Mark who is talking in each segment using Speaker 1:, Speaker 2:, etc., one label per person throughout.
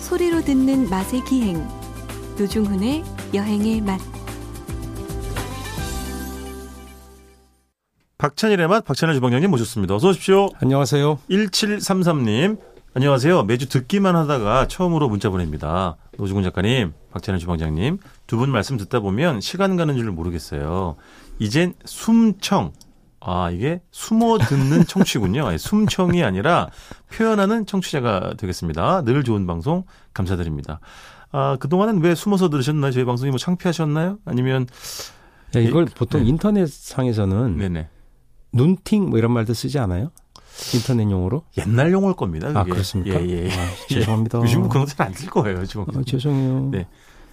Speaker 1: 소리로 듣는 맛의 기행 노중훈의 여행의 맛
Speaker 2: 박찬일의 맛 박찬일 주방장님 모셨습니다. 어서 오십시오.
Speaker 3: 안녕하세요.
Speaker 2: 1733님. 안녕하세요. 매주 듣기만 하다가 처음으로 문자 보냅니다. 노중훈 작가님, 박찬일 주방장님 두 분 말씀 듣다 보면 시간 가는 줄 모르겠어요. 이젠 숨청. 아, 이게 숨어 듣는 청취군요. 아니, 숨청이 아니라 표현하는 청취자가 되겠습니다. 늘 좋은 방송 감사드립니다. 아, 그동안은 왜 숨어서 들으셨나요? 저희 방송이 뭐 창피하셨나요? 아니면
Speaker 3: 야, 이걸
Speaker 2: 예,
Speaker 3: 보통
Speaker 2: 네.
Speaker 3: 인터넷상에서는
Speaker 2: 네네.
Speaker 3: 눈팅 뭐 이런 말도 쓰지 않아요? 인터넷 용어로?
Speaker 2: 옛날 용어일 겁니다.
Speaker 3: 아
Speaker 2: 그게.
Speaker 3: 그렇습니까?
Speaker 2: 예, 예.
Speaker 3: 아, 죄송합니다.
Speaker 2: 요즘 은 그런 잘안들 거예요. 지금.
Speaker 3: 아, 죄송해요.
Speaker 2: 네.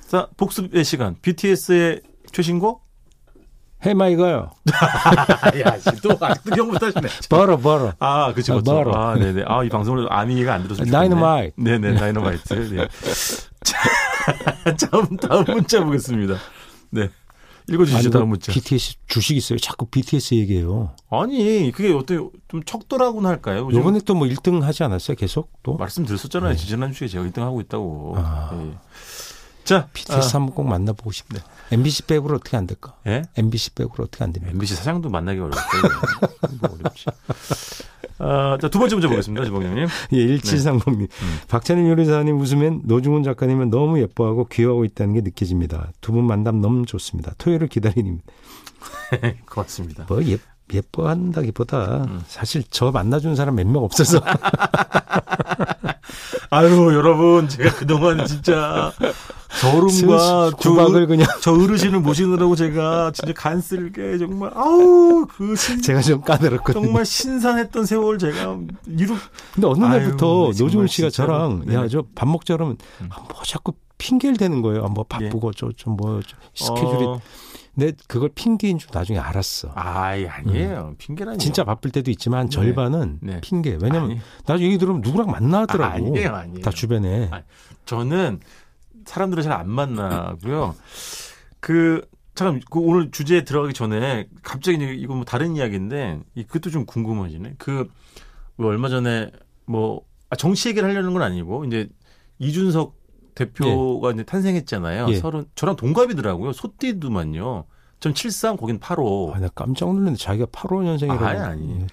Speaker 2: 자, 복습의 시간. BTS의 최신곡?
Speaker 3: 해마이가요.
Speaker 2: 야, 또 아직도 경험못 하시네.
Speaker 3: 버러 버러.
Speaker 2: 아, 그치, 그쵸.
Speaker 3: 바로.
Speaker 2: 아, 네네. 아, 이 방송을 아미가 안 들었으면 좋겠네.
Speaker 3: 다이너마이트.
Speaker 2: 네네, 다이너마이트. 네. 자, 다음, 다음 문자 보겠습니다. 네. 읽어주시죠,
Speaker 3: 뭐
Speaker 2: 다음 문자.
Speaker 3: BTS 주식 있어요. 자꾸 BTS 얘기해요.
Speaker 2: 아니, 그게 어때, 좀 척도라고나 할까요? 요즘
Speaker 3: 요번에 또 뭐 1등 하지 않았어요? 계속 또?
Speaker 2: 말씀드렸었잖아요. 지지난주에 제가 1등 하고 있다고.
Speaker 3: 아.
Speaker 2: 예. 자,
Speaker 3: BTS 한번 꼭 만나보고 싶다.
Speaker 2: 네.
Speaker 3: MBC 백으로 어떻게 안 될까?
Speaker 2: 아, 예?
Speaker 3: MBC 백으로 어떻게 안 됩니까?
Speaker 2: MBC 사장도 만나기 어렵고. 이거 어렵지. 아, 자, 두 번째 문제 보겠습니다, 주방장님.
Speaker 3: 예, 1730님.
Speaker 2: 음.
Speaker 3: 박찬일 요리사님 웃으면 노중훈 작가님은 너무 예뻐하고 귀여워하고 있다는 게 느껴집니다. 두 분 만남 너무 좋습니다. 토요일을 기다리니
Speaker 2: 고맙습니다.
Speaker 3: 뭐 예, 예뻐한다기보다
Speaker 2: 음.
Speaker 3: 사실 저 만나준 사람 몇 명 없어서
Speaker 2: 아유, 여러분, 제가 그동안 진짜
Speaker 3: 슬슬
Speaker 2: 저름과
Speaker 3: 구박을 그냥
Speaker 2: 저 어르신을 모시느라고 제가 진짜 간쓸게 정말 아우 그 신,
Speaker 3: 제가 좀 까다롭거든요.
Speaker 2: 정말 신선했던 세월 제가 이루
Speaker 3: 근데 어느
Speaker 2: 아유,
Speaker 3: 날부터
Speaker 2: 정말
Speaker 3: 노중훈 씨가
Speaker 2: 진짜로.
Speaker 3: 저랑
Speaker 2: 네. 음.
Speaker 3: 야 저 밥 먹자 그러면 아, 뭐 자꾸 핑계를 대는 거예요. 아, 뭐 바쁘고 저 좀 뭐 스케줄이
Speaker 2: 어,
Speaker 3: 근데 그걸 핑계인 줄 나중에 알았어.
Speaker 2: 아이 아니에요 핑계라니
Speaker 3: 진짜 바쁠 때도 있지만
Speaker 2: 네.
Speaker 3: 절반은
Speaker 2: 네.
Speaker 3: 핑계. 왜냐면
Speaker 2: 아니.
Speaker 3: 나중에 얘기 들으면 누구랑 만나더라고.
Speaker 2: 아, 아니에요, 아니에요.
Speaker 3: 다 주변에.
Speaker 2: 아니, 저는 사람들을 잘 안 만나고요 그 잠깐 그 오늘 주제에 들어가기 전에 갑자기 이제 이거 뭐 다른 이야기인데 이 그것도 좀 궁금해지네 그뭐 얼마 전에 뭐 아, 정치 얘기를 하려는 건 아니고 이제 이준석 대표가 이제 탄생했잖아요
Speaker 3: 예.
Speaker 2: 서른 저랑 동갑이더라고요 소띠도만요 전 73, 거긴 85.
Speaker 3: 아, 나 깜짝 놀랐는데 자기가 85년생이라고. 예,
Speaker 2: 아니, 아니.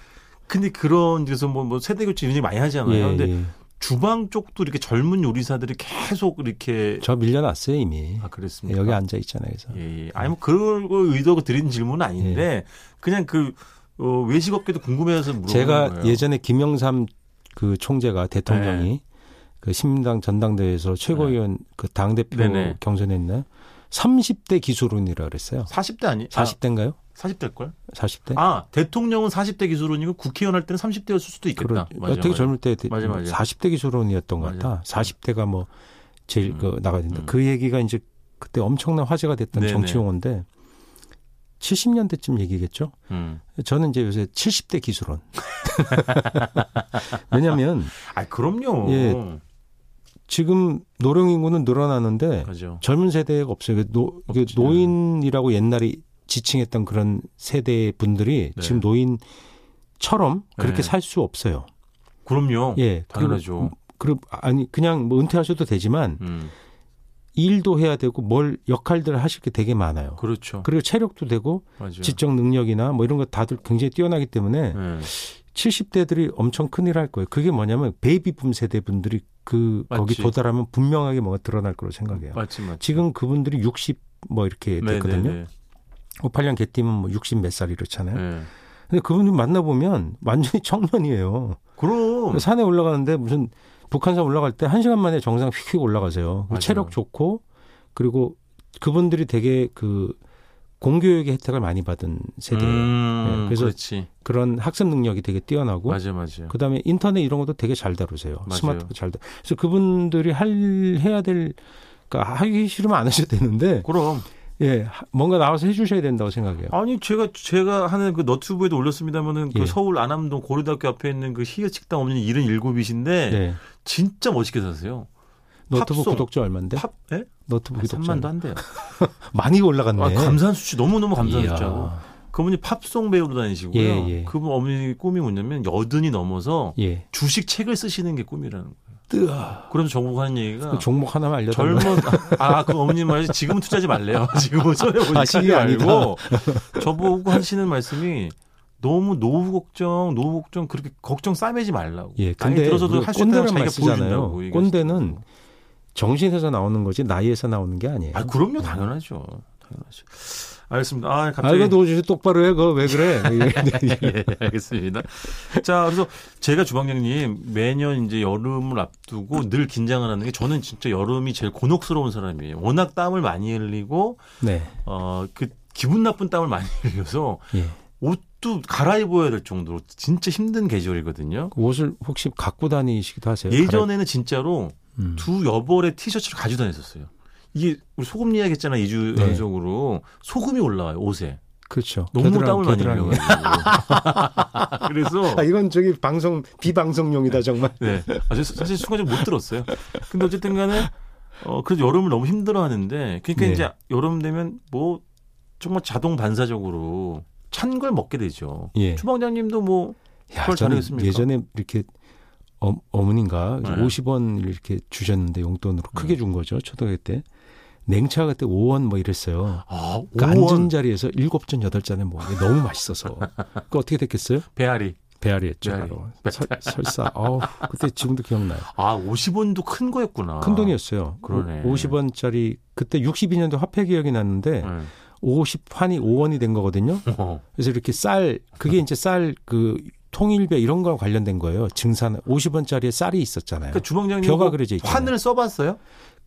Speaker 2: 근데 그런 데서 뭐, 뭐 세대 교체 굉장히 많이 하잖아요.
Speaker 3: 예,
Speaker 2: 근데
Speaker 3: 예.
Speaker 2: 주방 쪽도 이렇게 젊은 요리사들이 계속 이렇게
Speaker 3: 저 밀려났어요, 이미.
Speaker 2: 아 그랬습니다.
Speaker 3: 여기 앉아 있잖아요. 그래서.
Speaker 2: 예, 예. 아니 뭐 그런 거 의도가 드린 질문은
Speaker 3: 예.
Speaker 2: 아닌데 그냥 그 어, 외식업계도 궁금해서 물어보는
Speaker 3: 제가
Speaker 2: 거예요. 네.
Speaker 3: 예전에 김영삼 그 총재가 대통령이 그 신민당 전당대회에서 최고위원 그 당대표
Speaker 2: 네네.
Speaker 3: 경선했나 30대 기술론이라 그랬어요.
Speaker 2: 40대 아니
Speaker 3: 40대인가요?
Speaker 2: 아, 40대일 걸?
Speaker 3: 40대?
Speaker 2: 아, 대통령은 40대 기술원이고 국회의원 할 때는 30대였을 수도 있겠다. 맞아요.
Speaker 3: 되게 젊을 때
Speaker 2: 맞아, 맞아.
Speaker 3: 40대 기술론이었던 것 같아.
Speaker 2: 맞아.
Speaker 3: 40대가 뭐 제일
Speaker 2: 음.
Speaker 3: 그 나가야 된다.
Speaker 2: 음.
Speaker 3: 그 얘기가 이제 그때 엄청난 화제가 됐던
Speaker 2: 네네.
Speaker 3: 정치 용어인데 70년대쯤 얘기겠죠?
Speaker 2: 음.
Speaker 3: 저는 이제 요새 70대 기술론. 왜냐면 하
Speaker 2: 아, 그럼요.
Speaker 3: 예. 지금 노령 인구는 늘어나는데
Speaker 2: 맞아.
Speaker 3: 젊은 세대가 없어요. 그 노,
Speaker 2: 그렇죠.
Speaker 3: 이게
Speaker 2: 없지.
Speaker 3: 노인이라고 옛날에 지칭했던 그런 세대 분들이
Speaker 2: 네.
Speaker 3: 지금 노인처럼
Speaker 2: 네. 어,
Speaker 3: 그렇게 살 수 없어요.
Speaker 2: 그럼요.
Speaker 3: 예,
Speaker 2: 당연하죠.
Speaker 3: 그리고, 그리고 아니 그냥 뭐 은퇴하셔도 되지만
Speaker 2: 음.
Speaker 3: 일도 해야 되고 뭘 역할들을 하실 게 되게 많아요.
Speaker 2: 그렇죠.
Speaker 3: 그리고 체력도 되고
Speaker 2: 맞아요.
Speaker 3: 지적 능력이나 뭐 이런 거 다들 굉장히 뛰어나기 때문에
Speaker 2: 예.
Speaker 3: 70대들이 엄청 큰일 할 거예요. 그게 뭐냐면 베이비붐 세대 분들이 그 거기
Speaker 2: 맞지.
Speaker 3: 도달하면 분명하게 뭐가 드러날 거로 생각해요.
Speaker 2: 맞지 맞지.
Speaker 3: 지금 그분들이 60 뭐 이렇게
Speaker 2: 네,
Speaker 3: 됐거든요.
Speaker 2: 네,
Speaker 3: 58년 개띠면 뭐 60 몇 살 이렇잖아요.
Speaker 2: 네. 예.
Speaker 3: 근데 그분들 만나보면 완전히 청년이에요.
Speaker 2: 그럼
Speaker 3: 산에 올라가는데 무슨 북한산 올라갈 때 한 시간 만에 정상 휙휙 올라가세요. 뭐
Speaker 2: 맞아요.
Speaker 3: 체력 좋고 그리고 그분들이 되게 그 공교육의 혜택을 많이 받은 세대예요.
Speaker 2: 음,
Speaker 3: 예, 그래서
Speaker 2: 그렇지.
Speaker 3: 그런 학습 능력이 되게 뛰어나고
Speaker 2: 맞아 맞아.
Speaker 3: 그다음에 인터넷 이런 것도 되게 잘 다루세요.
Speaker 2: 맞아요.
Speaker 3: 스마트폰 잘 다루. 그래서 그분들이 할 해야 될 그러니까 하기 싫으면 안 하셔도 되는데
Speaker 2: 그럼
Speaker 3: 예, 하- 뭔가 나와서 해 주셔야 된다고 생각해요.
Speaker 2: 아니 제가 제가 하는 그 너튜브에도 올렸습니다만은 그
Speaker 3: 예. 서울
Speaker 2: 서울 안암동 고려대학교 앞에 있는 그 히어 식당 없는 77이신데
Speaker 3: 네.
Speaker 2: 진짜 멋있게 사세요.
Speaker 3: 노트북
Speaker 2: 팝송.
Speaker 3: 구독자 얼마인데?
Speaker 2: 팝 예?
Speaker 3: 노트북 구독자
Speaker 2: 3만도 한대요.
Speaker 3: 많이 올라갔네.
Speaker 2: 아, 감사한 수치 너무너무 감사한
Speaker 3: 이야.
Speaker 2: 수치하고. 그분이 팝송 배우로 다니시고요.
Speaker 3: 예, 예.
Speaker 2: 그분 어머니 꿈이 뭐냐면 여든이 넘어서
Speaker 3: 예.
Speaker 2: 주식 책을 쓰시는 게 꿈이라는 거예요.
Speaker 3: 뜨아.
Speaker 2: 그럼 정부가 하는 얘기가
Speaker 3: 그 종목 하나만 알려달라.
Speaker 2: 젊은 아그 어머님 말이 지금은 투자하지 말래요. 지금은 전에 보니까
Speaker 3: 네. 아, 시기가
Speaker 2: 알고 저보고 하시는 말씀이 너무 노후 걱정, 노후 걱정 그렇게 걱정 싸매지 말라고. 나이
Speaker 3: 예, 근데
Speaker 2: 들어서도
Speaker 3: 우리가
Speaker 2: 할 수 있다고
Speaker 3: 꼰대란
Speaker 2: 자기가
Speaker 3: 말 쓰잖아요.
Speaker 2: 보여준다고. 얘기하시더라고요.
Speaker 3: 꼰대는 정신에서 나오는 거지 나이에서 나오는 게 아니에요.
Speaker 2: 아 그럼요 당연하죠. 당연하죠. 알겠습니다. 아
Speaker 3: 아,
Speaker 2: 갑자기
Speaker 3: 이거 노주시 똑바로 해. 그거 왜 그래? 네.
Speaker 2: 예, 알겠습니다. 자, 그래서 제가 주방장님 매년 이제 여름을 앞두고 늘 긴장을 하는 게 저는 진짜 여름이 제일 곤혹스러운 사람이에요. 워낙 땀을 많이 흘리고
Speaker 3: 네.
Speaker 2: 어 그 기분 나쁜 땀을 많이 흘려서
Speaker 3: 예.
Speaker 2: 옷도 갈아입어야 될 정도로 진짜 힘든 계절이거든요.
Speaker 3: 그 옷을 혹시 갖고 다니시기도 하세요? 갈아-
Speaker 2: 예전에는 진짜로
Speaker 3: 음.
Speaker 2: 두 여벌의 티셔츠를 가지고 다녔었어요. 이게 우리 소금 이야기했잖아 2주
Speaker 3: 네.
Speaker 2: 연속으로 소금이 올라와요 옷에
Speaker 3: 그렇죠.
Speaker 2: 너무
Speaker 3: 겨드랑이,
Speaker 2: 땀을 많이
Speaker 3: 겨드랑이.
Speaker 2: 흘려가지고 그래서
Speaker 3: 아, 이건 저기 방송 비방송용이다 정말.
Speaker 2: 네. 아, 저 사실 순간적으로 못 들었어요. 근데 어쨌든 간에, 어, 그래도 여름을 너무 힘들어 하는데, 그러니까
Speaker 3: 네.
Speaker 2: 이제 여름 되면 뭐, 정말 자동 반사적으로 찬 걸 먹게 되죠.
Speaker 3: 예.
Speaker 2: 주방장님도 뭐,
Speaker 3: 야,
Speaker 2: 그걸
Speaker 3: 저는
Speaker 2: 다루겠습니까?
Speaker 3: 예전에 이렇게 어, 어머님가
Speaker 2: 네.
Speaker 3: 50원 이렇게 주셨는데 용돈으로 크게 준 거죠. 초등학교 때. 냉차가 그때 5원 뭐 이랬어요.
Speaker 2: 아,
Speaker 3: 그 앉은
Speaker 2: 오원
Speaker 3: 자리에서 일곱 잔 여덟 잔을 먹는 게 너무 맛있어서. 그 어떻게 됐겠어요?
Speaker 2: 배앓이.
Speaker 3: 배앓이 했죠.
Speaker 2: 배앓이.
Speaker 3: 바로. 설, 설사. 어우, 그때 지금도 기억나요.
Speaker 2: 아, 50원도 큰 거였구나.
Speaker 3: 큰 돈이었어요.
Speaker 2: 아, 그러네.
Speaker 3: 50원짜리 그때 62년도 화폐 기억이 났는데
Speaker 2: 네.
Speaker 3: 50환이 5원이 된 거거든요.
Speaker 2: 어.
Speaker 3: 그래서 이렇게 쌀 그게 이제 쌀 그 통일배 이런 거와 관련된 거예요. 증산 50원짜리의 쌀이 있었잖아요.
Speaker 2: 그러니까
Speaker 3: 그
Speaker 2: 주방장님.
Speaker 3: 벼가 그려져 있잖아요.
Speaker 2: 환을 써봤어요?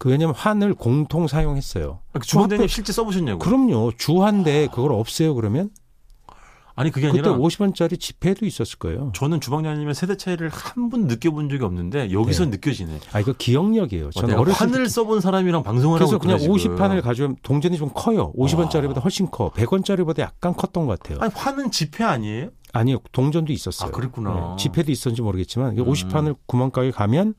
Speaker 3: 왜냐면 환을 공통 사용했어요.
Speaker 2: 그러니까 주방장님
Speaker 3: 그것도-
Speaker 2: 실제 써보셨냐고.
Speaker 3: 그럼요. 주환데 그걸 없애요 그러면
Speaker 2: 아. 아니, 그게
Speaker 3: 그때
Speaker 2: 아니라.
Speaker 3: 50원짜리 지폐도 있었을 거예요.
Speaker 2: 저는 주방장님의 세대 차이를 한 번 느껴본 적이 없는데, 여기서 느껴지네.
Speaker 3: 아 이거 기억력이에요.
Speaker 2: 어,
Speaker 3: 저는
Speaker 2: 내가
Speaker 3: 어렸을 때
Speaker 2: 환을 써본 사람이랑 방송을
Speaker 3: 그래서
Speaker 2: 하고
Speaker 3: 그냥
Speaker 2: 있구나, 지금.
Speaker 3: 50판을 가져오면 동전이 좀 커요. 50원짜리보다 훨씬 커. 100원짜리보다 약간 컸던 것 같아요.
Speaker 2: 아니 화는 지폐 아니에요?
Speaker 3: 아니요. 동전도 있었어요. 네.
Speaker 2: 아, 그랬구나.
Speaker 3: 지폐도 있었는지 모르겠지만
Speaker 2: 음.
Speaker 3: 50판을 구멍가게 가면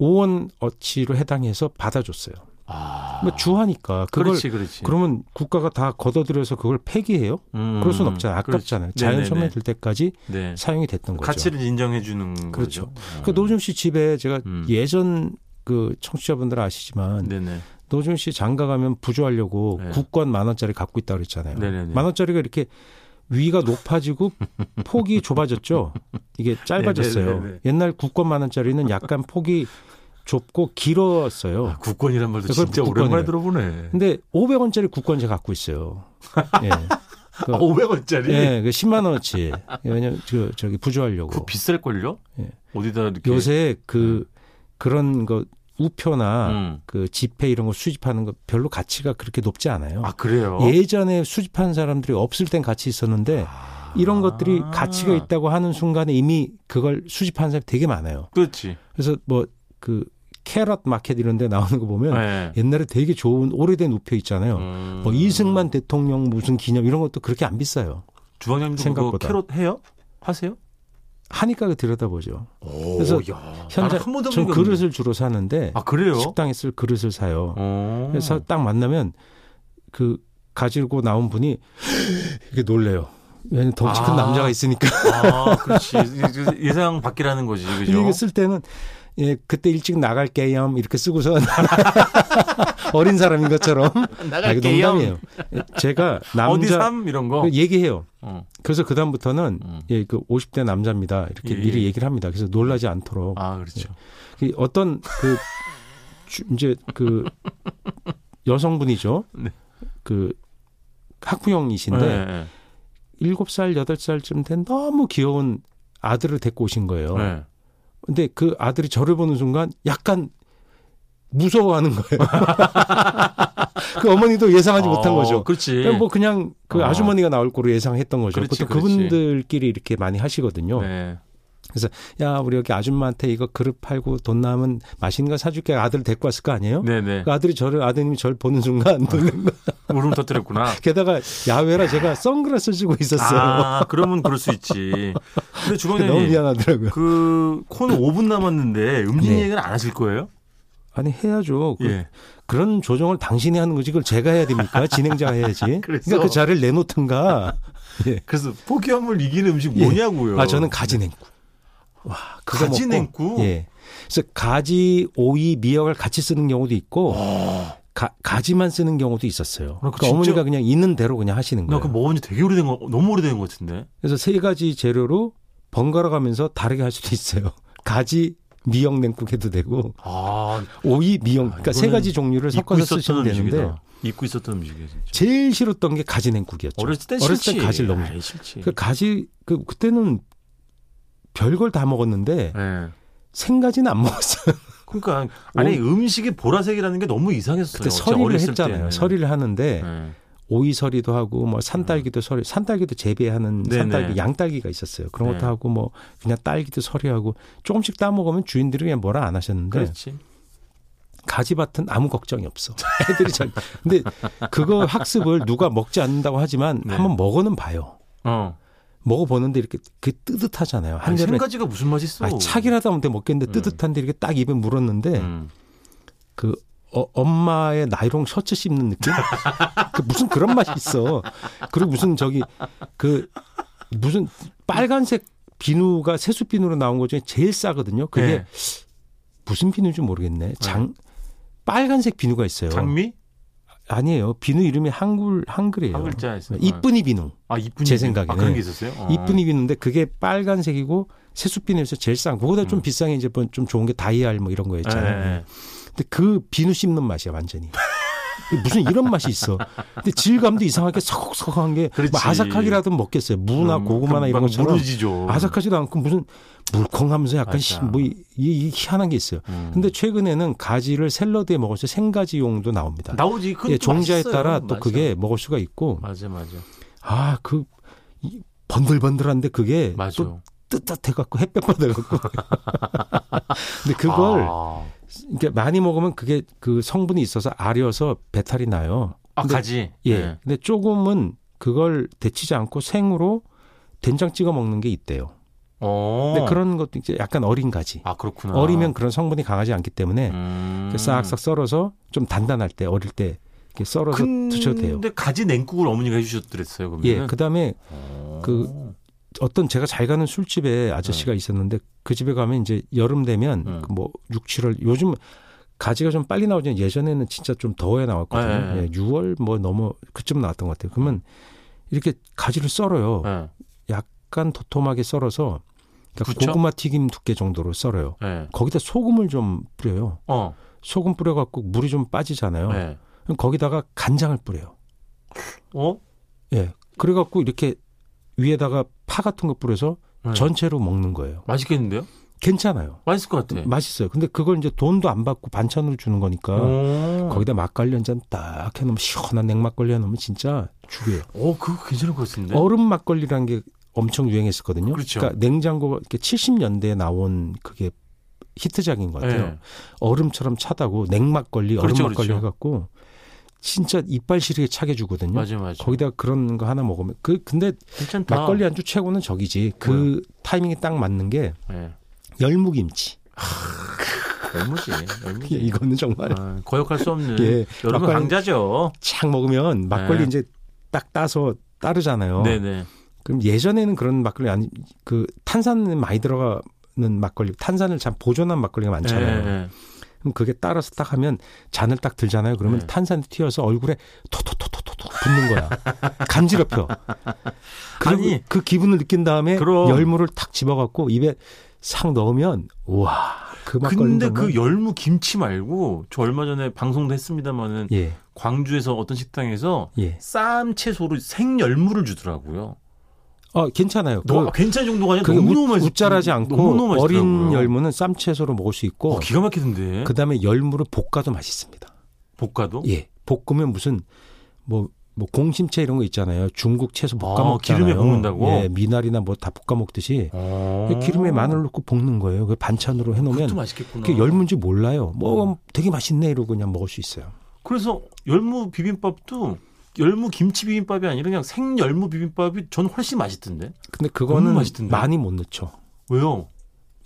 Speaker 3: 5원 어치로 해당해서 받아줬어요.
Speaker 2: 아,
Speaker 3: 뭐 주하니까 그걸
Speaker 2: 그렇지, 그렇지.
Speaker 3: 그러면 국가가 다 걷어들여서 그걸 폐기해요?
Speaker 2: 음,
Speaker 3: 그럴 수는 없잖아요.
Speaker 2: 그렇지.
Speaker 3: 아깝잖아요.
Speaker 2: 네네네.
Speaker 3: 자연 소멸될 때까지
Speaker 2: 네.
Speaker 3: 사용이 됐던 거죠.
Speaker 2: 가치를 인정해 주는
Speaker 3: 그렇죠.
Speaker 2: 거죠.
Speaker 3: 그 노준 씨 집에 제가
Speaker 2: 음.
Speaker 3: 예전 그 청취자분들 아시지만
Speaker 2: 네네.
Speaker 3: 노준 씨 장가 가면 부조하려고
Speaker 2: 네.
Speaker 3: 국권 만 원짜리 갖고 있다 그랬잖아요.
Speaker 2: 네네네.
Speaker 3: 만 원짜리가 이렇게 위가 높아지고 폭이 좁아졌죠. 이게 짧아졌어요.
Speaker 2: 네네네네.
Speaker 3: 옛날 국권 만 원짜리는 약간 폭이 좁고 길었어요.
Speaker 2: 아, 국권이란 말도
Speaker 3: 그걸
Speaker 2: 진짜
Speaker 3: 국권이에요.
Speaker 2: 오랜만에 들어보네.
Speaker 3: 근데 500원짜리 국권 제가 갖고 있어요. 예.
Speaker 2: 아, 500원짜리?
Speaker 3: 예, 그 10만 원어치. 왜냐면 저 저기 부조하려고.
Speaker 2: 그거 비쌀걸요?
Speaker 3: 예.
Speaker 2: 어디다 이렇게.
Speaker 3: 요새 그 그런 거 우표나
Speaker 2: 네. 음.
Speaker 3: 그 지폐 이런 거 수집하는 거 별로 가치가 그렇게 높지 않아요.
Speaker 2: 아, 그래요?
Speaker 3: 예전에 수집한 사람들이 없을 땐 가치 있었는데
Speaker 2: 아.
Speaker 3: 이런 것들이 가치가 있다고 하는 순간에 이미 그걸 수집한 사람이 되게 많아요.
Speaker 2: 그렇지.
Speaker 3: 그래서 뭐 그 캐럿 마켓 이런 데 나오는 거 보면
Speaker 2: 네.
Speaker 3: 옛날에 되게 좋은 오래된 우표 있잖아요.
Speaker 2: 음.
Speaker 3: 뭐 이승만 대통령 무슨 기념 이런 것도 그렇게 안 비싸요.
Speaker 2: 주방장님도
Speaker 3: 생각보다.
Speaker 2: 그거 캐럿 해요? 하세요?
Speaker 3: 하니까 그 들여다보죠.
Speaker 2: 오,
Speaker 3: 그래서
Speaker 2: 야.
Speaker 3: 현재
Speaker 2: 나는 한 번도
Speaker 3: 전
Speaker 2: 본 적이 없는데.
Speaker 3: 그릇을 주로 사는데
Speaker 2: 아, 그래요?
Speaker 3: 식당에 쓸 그릇을 사요.
Speaker 2: 어.
Speaker 3: 그래서 딱 만나면 그 가지고 나온 분이 이렇게 놀래요. 왜냐면 덩치 큰
Speaker 2: 아.
Speaker 3: 남자가 있으니까.
Speaker 2: 아, 그렇지. 예- 예상 밖이라는 거지, 그죠?
Speaker 3: 이게 쓸 때는 예, 그때 일찍 나갈게요 이렇게 쓰고서 어린 사람인 것처럼 아, 이거 농담이에요. 예, 제가
Speaker 2: 어디
Speaker 3: 남자 그
Speaker 2: 삼 이런 거.
Speaker 3: 얘기해요.
Speaker 2: 어.
Speaker 3: 그래서 그 다음부터는
Speaker 2: 음.
Speaker 3: 예, 그 50대 남자입니다. 이렇게
Speaker 2: 예,
Speaker 3: 미리
Speaker 2: 예.
Speaker 3: 얘기를 합니다. 그래서 놀라지 않도록
Speaker 2: 아 그렇죠.
Speaker 3: 그 어떤 그 주- 이제 그 여성분이죠.
Speaker 2: 네.
Speaker 3: 그 학부형이신데
Speaker 2: 네,
Speaker 3: 일곱 살 여덟 살쯤된 너무 귀여운 아들을 데리고 오신 거예요.
Speaker 2: 네.
Speaker 3: 근데 그 아들이 저를 보는 순간 약간 무서워하는 거예요. 그 어머니도 예상하지 못한
Speaker 2: 어,
Speaker 3: 거죠.
Speaker 2: 그렇지.
Speaker 3: 그냥 뭐 그냥 그
Speaker 2: 어.
Speaker 3: 아주머니가 나올 거로 예상했던 거죠.
Speaker 2: 그렇지,
Speaker 3: 보통
Speaker 2: 그렇지.
Speaker 3: 그분들끼리 이렇게 많이 하시거든요.
Speaker 2: 네.
Speaker 3: 야, 우리 여기 아줌마한테 이거 그릇 팔고 돈 남은 맛있는 거 사줄게. 아들 데리고 왔을 거 아니에요?
Speaker 2: 네네.
Speaker 3: 그 아들이 저를 아드님이 저를 보는 순간 놀란 거.
Speaker 2: 울음 터뜨렸구나.
Speaker 3: 게다가 야외라 제가 선글라스 쓰고 있었어요.
Speaker 2: 아 그러면 그럴 수 있지. 근데
Speaker 3: 너무
Speaker 2: 주방장님
Speaker 3: 미안하더라고요.
Speaker 2: 그 코너 5분 남았는데 음식
Speaker 3: 네.
Speaker 2: 얘기는 안 하실 거예요?
Speaker 3: 아니 해야죠. 그,
Speaker 2: 예.
Speaker 3: 런 조정을 당신이 하는 거지 그걸 제가 해야 됩니까? 진행자가 해야지.
Speaker 2: 그래서-
Speaker 3: 그러니까 그 자리를 내놓든가. 예.
Speaker 2: 그래서 포기함을 이기는 음식
Speaker 3: 예.
Speaker 2: 아, 뭐냐고요.
Speaker 3: 아 저는 가지냉국. 와 그거
Speaker 2: 가지
Speaker 3: 먹고.
Speaker 2: 냉국?
Speaker 3: 예. 그래서 가지, 오이, 미역을 같이 쓰는 경우도 있고
Speaker 2: 어.
Speaker 3: 가, 가지만 쓰는 경우도 있었어요.
Speaker 2: 아, 그럼
Speaker 3: 그러니까
Speaker 2: 진짜-
Speaker 3: 어머니가 그냥 있는 대로 그냥 하시는
Speaker 2: 나
Speaker 3: 거예요.
Speaker 2: 그거 뭐- 먹은 지 되게 오래된 거 너무 오래된 거 같은데.
Speaker 3: 그래서 세 가지 재료로 번갈아 가면서 다르게 할 수도 있어요. 가지 미역 냉국 해도 되고
Speaker 2: 아,
Speaker 3: 오이 미역
Speaker 2: 아,
Speaker 3: 그러니까
Speaker 2: 이거는
Speaker 3: 세 가지 종류를
Speaker 2: 잊고
Speaker 3: 섞어서
Speaker 2: 있었던
Speaker 3: 쓰시면 되는데
Speaker 2: 음식이다. 잊고 있었던 음식이에요, 진짜.
Speaker 3: 제일 싫었던 게 가지 냉국이었죠.
Speaker 2: 어렸을 땐
Speaker 3: 어렸을
Speaker 2: 싫지.
Speaker 3: 땐 가지를 너무
Speaker 2: 아이, 예. 싫지.
Speaker 3: 그 가지 그 그때는 별걸 다 먹었는데
Speaker 2: 예.
Speaker 3: 생가지는 안 먹었어요.
Speaker 2: 그러니까 아니 음식이 보라색이라는 게 너무 이상했어요.
Speaker 3: 그때
Speaker 2: 진짜
Speaker 3: 서리를
Speaker 2: 어렸을
Speaker 3: 했잖아요.
Speaker 2: 때는.
Speaker 3: 서리를 하는데
Speaker 2: 예.
Speaker 3: 오이 서리도 하고 뭐 산딸기도 서리 산딸기도 재배하는
Speaker 2: 음. 네네.
Speaker 3: 산딸기 양딸기가 있었어요. 그런
Speaker 2: 네.
Speaker 3: 것도 하고 뭐 그냥 딸기도 서리하고 조금씩 따 먹으면 주인들이 그냥 뭐라 안 하셨는데
Speaker 2: 그렇지.
Speaker 3: 가지밭은 아무 걱정이 없어. 애들이 잘. 근데 그거 학습을 누가 먹지 않는다고 하지만
Speaker 2: 네.
Speaker 3: 한번 먹어는 봐요.
Speaker 2: 어.
Speaker 3: 먹어보는데 이렇게 그 뜨뜻하잖아요. 한
Speaker 2: 아니,
Speaker 3: 잔에
Speaker 2: 생가지가 무슨 맛이 있어?
Speaker 3: 아, 차긴 하다 못해 먹겠는데
Speaker 2: 음.
Speaker 3: 뜨뜻한데 이렇게 딱 입에 물었는데
Speaker 2: 음.
Speaker 3: 그 어, 엄마의 나이롱 셔츠 씹는 느낌? 그 무슨 그런 맛이 있어. 그리고 무슨 저기 그 무슨 빨간색 비누가 세수 비누로 나온 것 중에 제일 싸거든요. 그게
Speaker 2: 예.
Speaker 3: 무슨 비누인지 모르겠네. 장 빨간색 비누가 있어요.
Speaker 2: 장미?
Speaker 3: 아니에요. 비누 이름이 한글 한글이에요.
Speaker 2: 한 글자에서.
Speaker 3: 예. 뭐 이쁜이 비누.
Speaker 2: 아, 이쁜이.
Speaker 3: 제
Speaker 2: 비누.
Speaker 3: 생각에는.
Speaker 2: 아, 그런 게 있었어요? 어.
Speaker 3: 이쁜이 비누인데 그게 빨간색이고 세수 비누에서 제일 싼. 거. 그거보다 좀 비싼 게 이제 뭐좀 좋은 게 다이알 뭐 이런 거 있잖아요.
Speaker 2: 예.
Speaker 3: 근데 그 비누 씹는 맛이야 완전히. 무슨 이런 맛이 있어. 근데 질감도 이상하게 서걱서걱한 게뭐
Speaker 2: 그렇지.
Speaker 3: 아삭하기라도 먹겠어요. 무나
Speaker 2: 음,
Speaker 3: 고구마나
Speaker 2: 그
Speaker 3: 이런
Speaker 2: 막
Speaker 3: 것처럼
Speaker 2: 무르지죠.
Speaker 3: 아삭하지도 않고 무슨 물컹하면서 약간
Speaker 2: 맞아.
Speaker 3: 시- 뭐 이, 이- 이 희한한 게 있어요.
Speaker 2: 음.
Speaker 3: 근데 최근에는 가지를 샐러드에 먹어서 생가지용도 나옵니다.
Speaker 2: 나오지. 그건
Speaker 3: 예,
Speaker 2: 또
Speaker 3: 종자에
Speaker 2: 맛있어요.
Speaker 3: 따라 또
Speaker 2: 맞아.
Speaker 3: 그게 먹을 수가 있고
Speaker 2: 맞아, 맞아.
Speaker 3: 아 그 번들번들한데 그게
Speaker 2: 맞아.
Speaker 3: 또 뜨뜻해 갖고 햇볕 받아 갖고 근데 그걸
Speaker 2: 아,
Speaker 3: 이렇게 많이 먹으면 그게 그 성분이 있어서 아려서 배탈이 나요.
Speaker 2: 아,
Speaker 3: 근데-
Speaker 2: 가지.
Speaker 3: 예.
Speaker 2: 예.
Speaker 3: 근데 조금은 그걸 데치지 않고 생으로 된장 찍어 먹는 게 있대요.
Speaker 2: 어.
Speaker 3: 근데 그런 것도 이제 약간 어린 가지.
Speaker 2: 아, 그렇구나.
Speaker 3: 어리면 그런 성분이 강하지 않기 때문에
Speaker 2: 음.
Speaker 3: 이렇게 싹싹 썰어서 좀 단단할 때 어릴 때 이렇게 썰어서 드셔도 돼요.
Speaker 2: 근데 네. 가지 냉국을 어머니가 해주셨더랬어요. 어. 그러면.
Speaker 3: 예, 그 다음에 그- 어떤 제가 잘 가는 술집에
Speaker 2: 네.
Speaker 3: 아저씨가 있었는데 그 집에 가면 이제 여름 되면
Speaker 2: 음.
Speaker 3: 그뭐 6, 7월 요즘 가지가 좀 빨리 나오지만 예전에는 진짜 좀 더워야 나왔거든요.
Speaker 2: 네, 네.
Speaker 3: 예, 6월 뭐 넘어 그쯤 나왔던 것 같아요. 그러면 이렇게 가지를 썰어요.
Speaker 2: 예.
Speaker 3: 약간 도톰하게 썰어서 그러니까
Speaker 2: 그쵸?
Speaker 3: 고구마 튀김 두께 정도로 썰어요.
Speaker 2: 예.
Speaker 3: 거기다 소금을 좀 뿌려요.
Speaker 2: 어.
Speaker 3: 소금 뿌려갖고 물이 좀 빠지잖아요.
Speaker 2: 예.
Speaker 3: 그럼 거기다가 간장을 뿌려요.
Speaker 2: 어?
Speaker 3: 예. 그래갖고 이렇게 위에다가 파 같은 거 뿌려서
Speaker 2: 예.
Speaker 3: 전체로 먹는 거예요.
Speaker 2: 맛있겠는데요?
Speaker 3: 괜찮아요.
Speaker 2: 맛있을 것 같아.
Speaker 3: 맛있어요. 근데 그걸 이제 돈도 안 받고 반찬으로 주는 거니까
Speaker 2: 네. 오.
Speaker 3: 거기다 막걸리 한 잔 딱 해놓으면 시원한 냉막걸리 해놓으면 진짜 죽여요.
Speaker 2: 어, 그거 괜찮을 것 같은데.
Speaker 3: 얼음 막걸리라는 게 엄청 유행했었거든요.
Speaker 2: 그렇죠.
Speaker 3: 러니까 냉장고가 이렇게 70년대에 나온 그게 히트작인 것 같아요.
Speaker 2: 예.
Speaker 3: 얼음처럼 차다고 냉막걸리,
Speaker 2: 그렇죠,
Speaker 3: 얼음 막걸리
Speaker 2: 그렇죠.
Speaker 3: 해갖고 진짜 이빨 시리게 차게 주거든요.
Speaker 2: 맞아, 맞아.
Speaker 3: 거기다 그런 거 하나 먹으면 그 근데
Speaker 2: 괜찮다.
Speaker 3: 막걸리 안주 최고는 저기지. 그
Speaker 2: 아. 뭐요?
Speaker 3: 타이밍이 딱 맞는 게
Speaker 2: 예.
Speaker 3: 열무김치.
Speaker 2: 열무지. 열무지.
Speaker 3: 이거는 정말
Speaker 2: 아, 거역할 수 없는
Speaker 3: 예,
Speaker 2: 여러분
Speaker 3: 막걸리-
Speaker 2: 강자죠.
Speaker 3: 착 먹으면 막걸리
Speaker 2: 네.
Speaker 3: 이제 딱 따서 따르잖아요.
Speaker 2: 네네.
Speaker 3: 그럼 예전에는 그런 막걸리 아니 그 탄산은 많이 들어가는 막걸리, 탄산을 참 보존한 막걸리가 많잖아요.
Speaker 2: 예, 예.
Speaker 3: 그럼 그게 따라서 딱 하면 잔을 딱 들잖아요. 그러면
Speaker 2: 네.
Speaker 3: 탄산이 튀어서 얼굴에 토토토토토토 붙는 거야. 간지럽혀. 그리고
Speaker 2: 아니.
Speaker 3: 그 기분을 느낀 다음에
Speaker 2: 그럼.
Speaker 3: 열무를 탁 집어갖고 입에 싹 넣으면 우와 그 막걸리.
Speaker 2: 근데 그 열무 김치 말고 저 얼마 전에 방송도 했습니다마는
Speaker 3: 예
Speaker 2: 광주에서 어떤 식당에서
Speaker 3: 예.
Speaker 2: 쌈 채소로 생열무를 주더라고요.
Speaker 3: 어 괜찮아요.
Speaker 2: 너,
Speaker 3: 그-
Speaker 2: 괜찮은 정도가 아니라
Speaker 3: 그게
Speaker 2: 너무너무
Speaker 3: 우,
Speaker 2: 맛있
Speaker 3: 우짜라지 않고
Speaker 2: 너무너무
Speaker 3: 어린
Speaker 2: 맛있더라고요.
Speaker 3: 열무는 쌈채소로 먹을 수 있고
Speaker 2: 어, 기가 막히던데.
Speaker 3: 그다음에 열무를 볶아도 맛있습니다.
Speaker 2: 볶아도?
Speaker 3: 예. 볶으면 무슨 뭐, 뭐 공심채 이런 거 있잖아요. 중국 채소 볶아
Speaker 2: 아,
Speaker 3: 먹잖아요.
Speaker 2: 기름에 볶는다고?
Speaker 3: 예, 미나리나 뭐 다 볶아 먹듯이 그
Speaker 2: 어.
Speaker 3: 기름에 마늘 넣고 볶는 거예요. 그 반찬으로 해
Speaker 2: 그것도
Speaker 3: 놓으면
Speaker 2: 맛있겠구나.
Speaker 3: 그게 열무인지 몰라요. 뭐
Speaker 2: 음.
Speaker 3: 되게 맛있네 이러고 그냥 먹을 수 있어요.
Speaker 2: 그래서 열무 비빔밥도 열무 김치 비빔밥이 아니라 그냥 생열무 비빔밥이 전 훨씬 맛있던데.
Speaker 3: 근데
Speaker 2: 너무
Speaker 3: 그거는
Speaker 2: 맛있던데.
Speaker 3: 많이 못 넣죠.
Speaker 2: 왜요?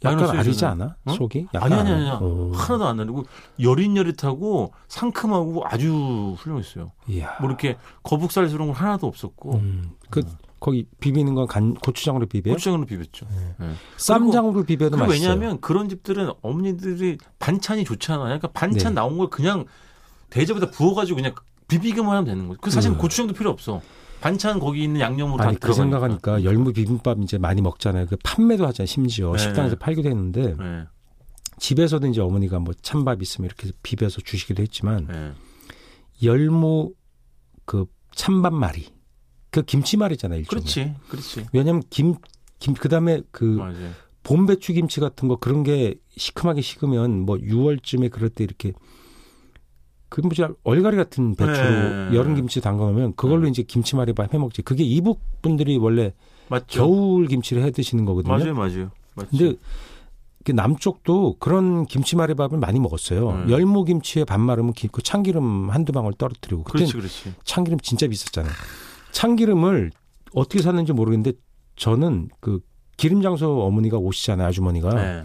Speaker 3: 약간
Speaker 2: 마이너스
Speaker 3: 아리지
Speaker 2: 요즘은.
Speaker 3: 않아?
Speaker 2: 어?
Speaker 3: 속이? 약간
Speaker 2: 아니 아니
Speaker 3: 안-
Speaker 2: 아니 야
Speaker 3: 어.
Speaker 2: 하나도 안 나르고 여릿여릿하고 상큼하고 아주 훌륭했어요.
Speaker 3: 이야.
Speaker 2: 뭐 이렇게 거북살스러운 건 하나도 없었고
Speaker 3: 음, 그 거기 비비는 건 간, 고추장으로 비벼요?
Speaker 2: 고추장으로 비볐죠. 네.
Speaker 3: 쌈장으로 비벼도
Speaker 2: 그리고
Speaker 3: 맛있어요.
Speaker 2: 왜냐하면 그런 집들은 어머니들이 반찬이 좋잖아요. 그러니까 반찬
Speaker 3: 네.
Speaker 2: 나온 걸 그냥 대접에다 부어가지고 그냥 비비기만 하면 되는 거죠. 그 사실 은
Speaker 3: 음.
Speaker 2: 고추장도 필요 없어. 반찬 거기 있는 양념으로
Speaker 3: 아니
Speaker 2: 뭐 다 들어가니까.
Speaker 3: 그 생각하니까 열무 비빔밥 이제 많이 먹잖아요. 그 판매도 하잖아요. 심지어
Speaker 2: 네.
Speaker 3: 식당에서 팔기도 했는데
Speaker 2: 네,
Speaker 3: 집에서도 이제 어머니가 뭐 찬밥 있으면 이렇게 비벼서 주시기도 했지만
Speaker 2: 네.
Speaker 3: 열무 그 찬밥 말이 그 김치말이잖아요. 일종의.
Speaker 2: 그렇지, 그렇지.
Speaker 3: 왜냐면 김, 김 그다음에 그렇죠. 그
Speaker 2: 맞아요.
Speaker 3: 봄배추 김치 같은 거 그런 게 시큼하게 식으면 뭐 6월쯤에 그럴 때 이렇게 그 뭐지 얼갈이 같은 배추로
Speaker 2: 네.
Speaker 3: 여름 김치 담가 놓으면 그걸로
Speaker 2: 네.
Speaker 3: 이제 김치말이밥 해 먹지. 그게 이북 분들이 원래
Speaker 2: 맞죠.
Speaker 3: 겨울 김치를 해 드시는 거거든요.
Speaker 2: 맞아요, 맞아요. 맞죠.
Speaker 3: 근데 그 남쪽도 그런 김치말이밥을 많이 먹었어요.
Speaker 2: 네.
Speaker 3: 열무 김치에 밥 말으면 기- 그 참기름 한두 방울 떨어뜨리고 그때
Speaker 2: 그렇지, 그렇지.
Speaker 3: 참기름 진짜 비쌌잖아요. 참기름을 어떻게 샀는지 모르겠는데 저는 그 기름 장소 어머니가 오시잖아요, 아주머니가.
Speaker 2: 네.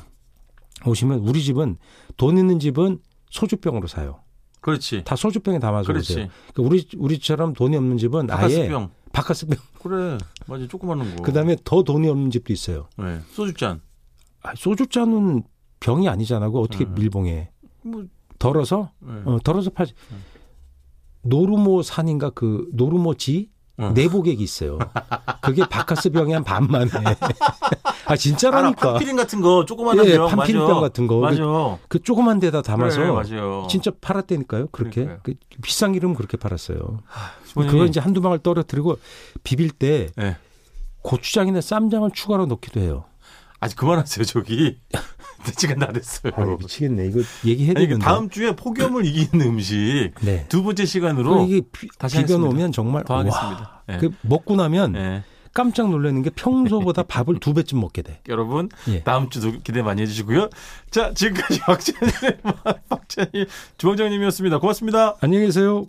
Speaker 3: 오시면 우리 집은 돈 있는 집은 소주병으로 사요.
Speaker 2: 그렇지.
Speaker 3: 다 소주병에 담아서 오세요.
Speaker 2: 그렇지.
Speaker 3: 그러니까 우리 우리처럼 돈이 없는 집은 아예
Speaker 2: 바카스병. 어.
Speaker 3: 바카스병.
Speaker 2: 그래, 맞아. 조그마한 거.
Speaker 3: 그다음에 더 돈이 없는 집도 있어요.
Speaker 2: 네. 소주잔.
Speaker 3: 아, 소주잔은 병이 아니잖아. 그 어떻게
Speaker 2: 음.
Speaker 3: 밀봉해?
Speaker 2: 뭐,
Speaker 3: 덜어서
Speaker 2: 네.
Speaker 3: 어, 덜어서 팔지.
Speaker 2: 음.
Speaker 3: 노르모 산인가 그 노르모지
Speaker 2: 어.
Speaker 3: 내복액이 있어요. 그게 바카스병이 한 반만에. 아
Speaker 2: 알아,
Speaker 3: 진짜라니까.
Speaker 2: 팜피린 같은 거, 조그마한
Speaker 3: 예,
Speaker 2: 병,
Speaker 3: 팜피린
Speaker 2: 맞아.
Speaker 3: 병 같은 거.
Speaker 2: 맞아.
Speaker 3: 그 조그만 데다 담아서
Speaker 2: 그래, 맞아요.
Speaker 3: 진짜 팔았다니까요. 그렇게
Speaker 2: 그러니까요.
Speaker 3: 그 비싼 기름 그렇게 팔았어요.
Speaker 2: 부모님이-
Speaker 3: 그걸 이제 한두 방울 떨어뜨리고 비빌 때
Speaker 2: 네.
Speaker 3: 고추장이나 쌈장을 추가로 넣기도 해요.
Speaker 2: 아직 그만하세요 저기 시간 다 됐어요.
Speaker 3: 아 미치겠네. 이거 얘기해야
Speaker 2: 아니, 이게
Speaker 3: 되는데.
Speaker 2: 다음 주에 폭염을 이기는 음식
Speaker 3: 네.
Speaker 2: 두 번째 시간으로
Speaker 3: 그럼 이게 비,
Speaker 2: 다시
Speaker 3: 비벼
Speaker 2: 하겠습니다.
Speaker 3: 놓으면 정말
Speaker 2: 더 하겠습니다.
Speaker 3: 와.
Speaker 2: 예.
Speaker 3: 그 먹고 나면
Speaker 2: 예.
Speaker 3: 깜짝 놀라는 게 평소보다 밥을 두 배쯤 먹게 돼.
Speaker 2: 여러분
Speaker 3: 예.
Speaker 2: 다음 주도 기대 많이 해주시고요. 자 지금까지 박찬일의 박찬일 주방장님이었습니다. 고맙습니다.
Speaker 3: 안녕히 계세요.